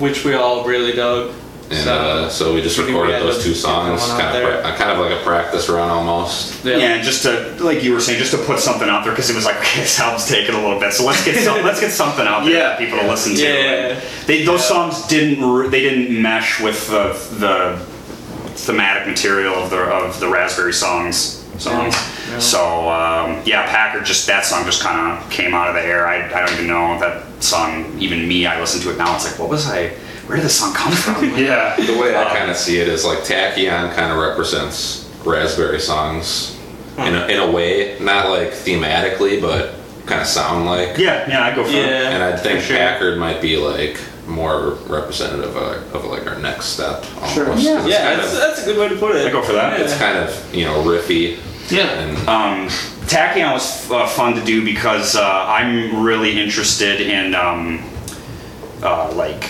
Which we all really dug. And so, uh, so we just we recorded had those to two get songs, one out kind of, there. pra- uh, kind of like a practice run almost. yeah. Yeah, and just to like you were saying, just to put something out there because it was like *laughs* okay, this album's taking a little bit, so let's get *laughs* some, let's get something out there Yeah. for people to listen to. Yeah. And they, those songs didn't re- they didn't mesh with the the thematic material of the of the Raspberry songs songs. No. So um, yeah, Packer just that song just kind of came out of the air. I, I don't even know that song. Even me, I listen to it now. It's like what was I? Where did this song come *laughs* from? Yeah. The way Uh, I kind of see it is like Tachyon kind of represents Raspberry songs Hmm. in, a, in a way, not like thematically, but kind of sound like. yeah, yeah, I go for it. Yeah. And I think for sure. Packard might be like more representative of, of like our next step almost. Sure. 'Cause Yeah. It's, Yeah, kind that's, of, that's a good way to put it. I go for that. Yeah. it's kind of, you know, riffy. Yeah. And Uh, Um, Tachyon was uh, fun to do because uh, I'm really interested in um, uh, like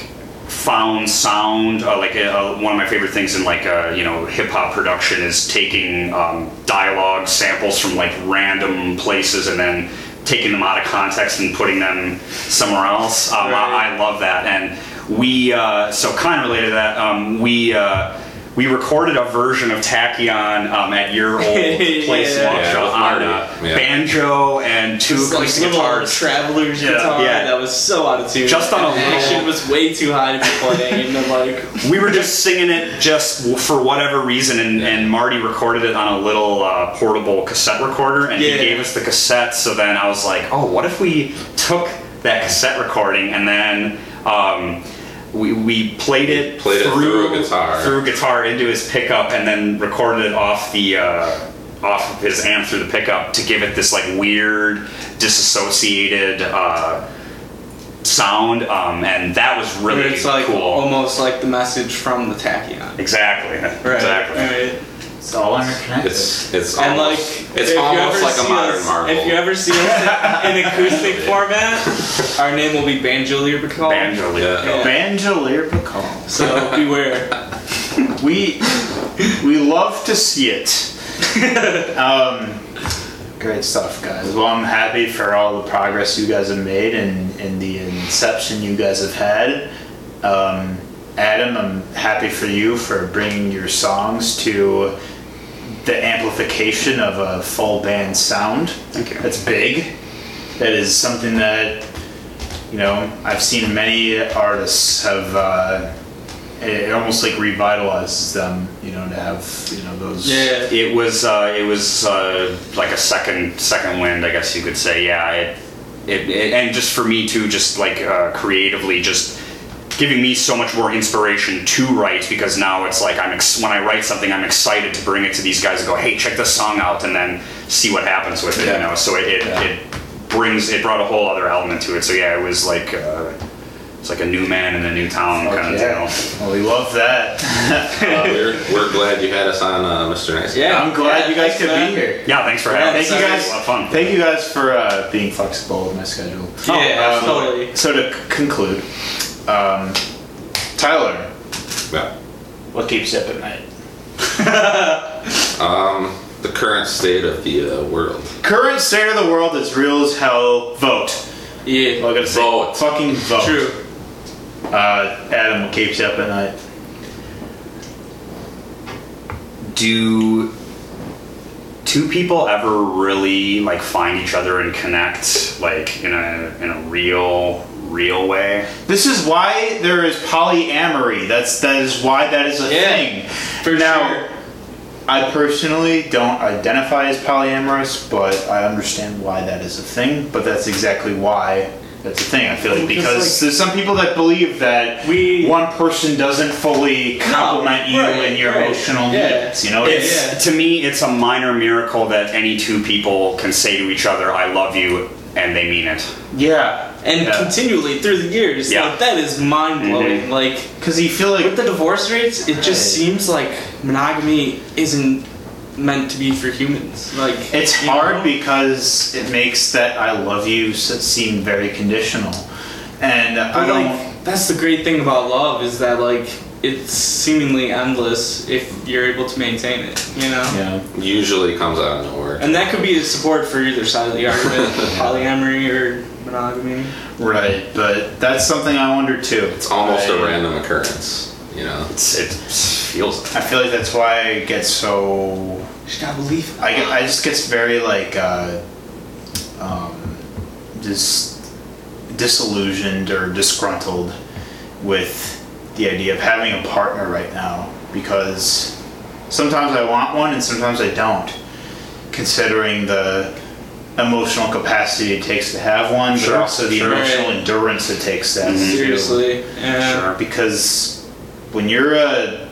found sound. Uh, like uh, one of my favorite things in like uh, you know hip hop production is taking um, dialogue samples from like random places and then taking them out of context and putting them somewhere else. Um, Right. I, I love that. And we uh, so kind of related to that. Um, we. Uh, we recorded a version of Tachyon um, at your old place, Yeah. Love Yeah, Shop, with on Marty. uh, Yeah. banjo and two It's like acoustic little guitars. traveler's Yeah. guitar Yeah. that was so out of tune. Just on a The little- action was way too high to be playing. and like, we were just singing it just w- for whatever reason, and, and Marty recorded it on a little uh, portable cassette recorder, and Yeah. he gave us the cassette. So then I was like, oh, what if we took that cassette recording and then um, we, we played it, Played it through a guitar. through guitar into his pickup, and then recorded it off the. Uh, off of his amp through the pickup to give it this like weird disassociated uh, sound, um, and that was But really it's like cool. almost like the message from the tachyon. Exactly. Right. Exactly. Right. It's all interconnected. It's it's And like, almost, if it's you almost ever like see a modern us, Marvel. If you ever see us in, in acoustic format, our name will be Banjo Lyrical. Banjo *laughs* lead. Yeah. Yeah. Bandolier Bacall. So beware. We we love to see it. um, great stuff, guys. Well, I'm happy for all the progress you guys have made and, and the inception you guys have had. Um, Adam, I'm happy for you for bringing your songs to the amplification of a full band sound. Thank you. That's big. That is something that you know I've seen many artists have. Uh, it it almost like revitalizes them, you know, to have you know those. Yeah. It was uh, it was uh, like a second second wind, I guess you could say. Yeah, it, it, it and just for me too, just like uh, creatively, just giving me so much more inspiration to write because now it's like I'm ex- when I write something, I'm excited to bring it to these guys and go, hey, check this song out, and then see what happens with it. You know, so it it, it brings it brought a whole other element to it. So yeah, it was like. Uh, it's like a new man in a new town kind of Oh, Yeah. deal. Well, we love that. Uh, we're, we're glad you had us on, uh, Mr. Nice. Yeah. I'm glad yeah, you guys thanks, could man. be here. Yeah, thanks for having Thank us. you It was guys. A lot of fun. Thank you guys for uh, being flexible with my schedule. Yeah, Um, totally. So to c- conclude, um, Tyler, Yeah. what keeps you up at night? Um, the current state of the uh, world. Current state of the world is real as hell. Vote. Yeah. Well, I gotta say, Vote. fucking vote. True. Uh, Adam, what keeps you up at night? do two people ever really like find each other and connect like in a in a real real way This is why there is polyamory. That's that is why that is a Yeah, thing. for now, sure. I personally don't identify as polyamorous, but I understand why that is a thing. But that's exactly why that's a thing. I feel like Well, just because like- there's some people that believe that We- one person doesn't fully complement you right, in your right. emotional Yeah. needs. You know, it's to me it's a minor miracle that any two people can say to each other i love you and they mean it yeah, Mm-hmm. And continually through the years, Yeah. like that is mind blowing. Mhm. Like because you feel like with the divorce rates, it just Right. seems like monogamy isn't meant to be for humans. Like It's you hard know? because it makes that I love you s- seem very conditional. And I But don't. like that's the great thing about love is that like it's seemingly endless if you're able to maintain it, you know? yeah. Usually comes out of nowhere. And that could be a support for either side of the argument, polyamory or monogamy. Right, but that's something I wonder too. it's almost I- a random occurrence. You know. it's, it feels I feel like that's why I get so. You just gotta believe I, get, I just gets very like, uh, um, just disillusioned or disgruntled with the idea of having a partner right now because sometimes I want one and sometimes I don't. considering the emotional capacity it takes to have one, Sure, but also the sure. Mm-hmm. emotional Right. endurance it takes to have two. Seriously. Yeah. Sure, because when you're a,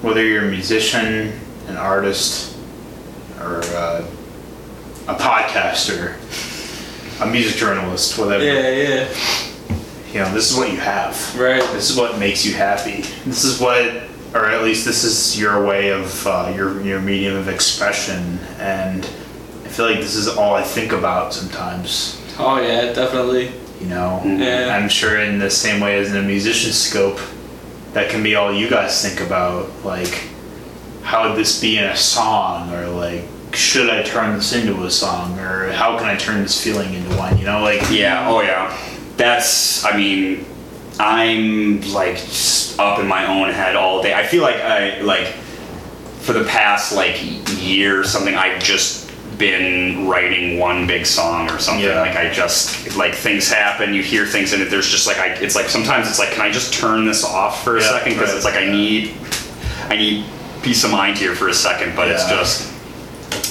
whether you're a musician, an artist, or a, a podcaster, a music journalist, whatever, Yeah, yeah. you know, this is what you have. Right. This is what makes you happy. This is what, or at least this is your way of uh, your your medium of expression. And I feel like this is all I think about sometimes. Oh yeah, definitely. You know, Hmm. Yeah. I'm sure in the same way as in a musician's scope, that can be all you guys think about. Like, how would this be in a song, or like, should I turn this into a song, or how can I turn this feeling into one? You know, like, yeah oh yeah that's i mean i'm like just up in my own head all day i feel like i like for the past like year or something i've just been writing one big song or something Yeah. like i just like things happen you hear things and there's just like I, it's like sometimes it's like can i just turn this off for a Yeah, second because right. it's like i need i need peace of mind here for a second but it's Yeah. just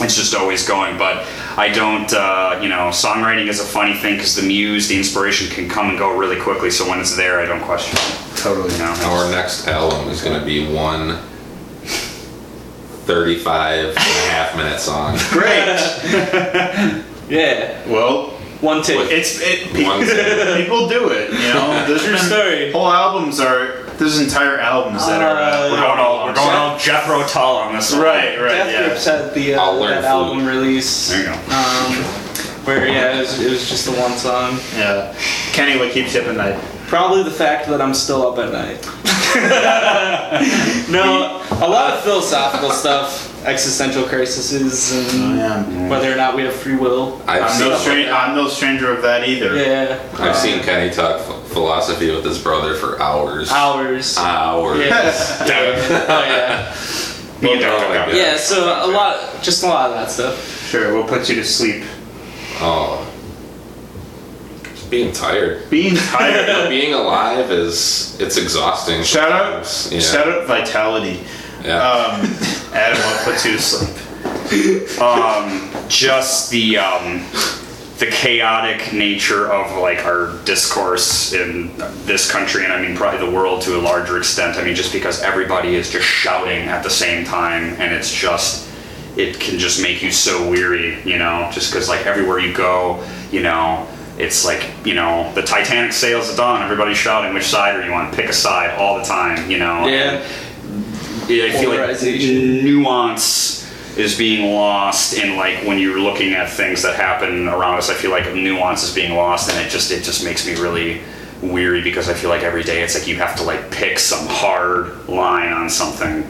it's just always going but i don't uh, you know songwriting is a funny thing because the muse the inspiration can come and go really quickly so when it's there i don't question it totally. you know Our next album is going to be one *laughs* 35 and a half minute song. Great. Yeah. Well, One take. What? It's it. pe- One thing. People do it. You *laughs* know, there's True been story. whole albums are. There's entire albums that are. Uh, Uh, We're going all, we're going all Jethro Tull on this one. Right, right, Death Grips yeah. had the I'll uh, that learn flute. album release. There you go. Um, where yeah, it was, it was just the one song. Yeah. Kenny would keep tipping that. Probably the fact that I'm still up at night. *laughs* no, a lot of philosophical stuff, existential crises, and Yeah. whether or not we have free will. I've I'm seen, no, stra- I'm no stranger of that either. Yeah. Uh, I've seen Kenny talk ph- philosophy with his brother for hours. *laughs* Hours. Hours. Yes. Devin. *laughs* Oh yeah. Me and Devin got it. Yeah. So a lot, just a lot of that stuff. Sure, we'll put you to sleep. Oh. Just being *laughs* tired. Being tired. *laughs* being alive is it's exhausting. shout out. sometimes, you know? Shout out Vitality. Yeah. Um, Adam will put you to sleep. um, just the um, the chaotic nature of like our discourse in this country, and I mean probably the world to a larger extent. I mean, just because everybody is just shouting at the same time, and it's just it can just make you so weary, you know, just because like everywhere you go, you know. It's like, you know, the Titanic sails at dawn, everybody's shouting which side are you on? Pick a side all the time, you know? Yeah. Yeah, I feel like Polarization. nuance is being lost in like when you're looking at things that happen around us. I feel like nuance is being lost, and it just it just makes me really weary because I feel like every day it's like you have to like pick some hard line on something,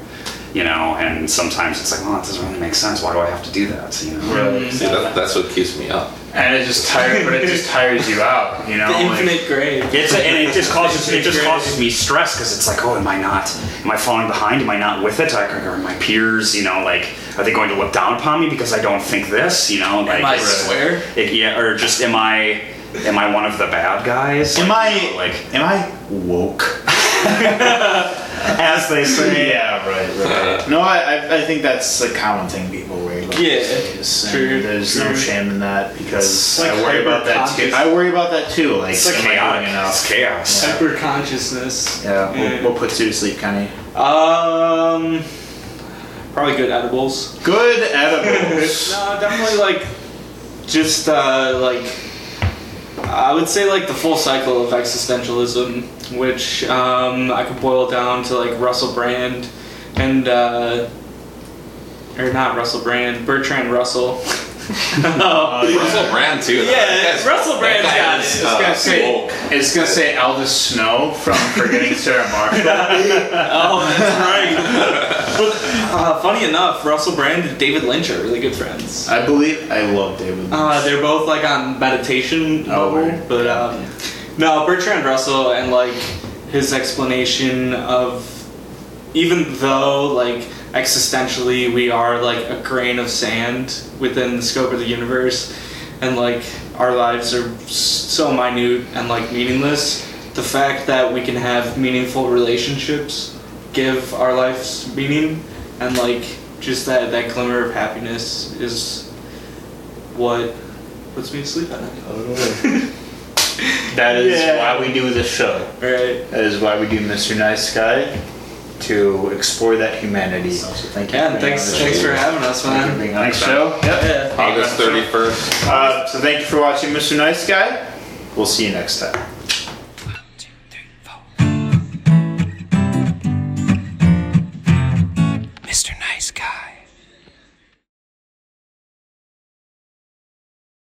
you know. And sometimes it's like, well, that doesn't really make sense. Why do I have to do that? You know. Really. See, that, that's what keeps me up. And it just tires, but it just tires you out. You know. The like- infinite grave. It's and it just causes it just causes me stress because it's like, oh, am I not? Am I falling behind? Am I not with it? Like, are my peers, you know, like, are they going to look down upon me because I don't think this? You know, like, Am I it's- square? it- yeah, or just am I? Am I one of the bad guys? Am Like, I you know, like Am I woke? as they *laughs* say? Yeah, right, right. No, I, I, I think that's a common thing people worry about. Yeah, these days, and true, There's no true. shame in that because It's like I worry about that too. hyper-conscious. I worry about that too. Like, It's like am I doing chaotic. It's enough? chaos. Hyper consciousness. Yeah, We'll, we'll put you to sleep, Kenny. Um. Probably good edibles. Good *laughs* edibles. No, uh, definitely like just uh, like I would say like the full cycle of existentialism, which um, I could boil down to like Russell Brand and uh, or not Russell Brand, Bertrand Russell. Uh, Russell Brand too. though. Yeah, That guy's- Russell that Brand's guy got is, it. I was gonna *laughs* uh, say, woke. it's gonna say Aldous Snow from Forgetting Sarah Marshall. oh, that's right. *laughs* but uh, funny enough, Russell Brand and David Lynch are really good *laughs* friends. I believe I love David. Uh, they're both like on meditation Oh, level, right. but um, no, Bertrand Russell and like his explanation of even though like existentially we are like a grain of sand within the scope of the universe, and like our lives are s- so minute and like meaningless, the fact that we can have meaningful relationships give our lives meaning, and like just that that glimmer of happiness is what puts me to sleep at night. That is Yeah. why we do this show. Right. That is why we do Mr. Nice Guy to explore that humanity. So thank you. Yeah, for and being thanks on the thanks show. for having us, Thank you for man. being on the Thanks, show. Yep. Yeah. August 31st. Uh, so thank you for watching Mr. Nice Guy. We'll see you next time.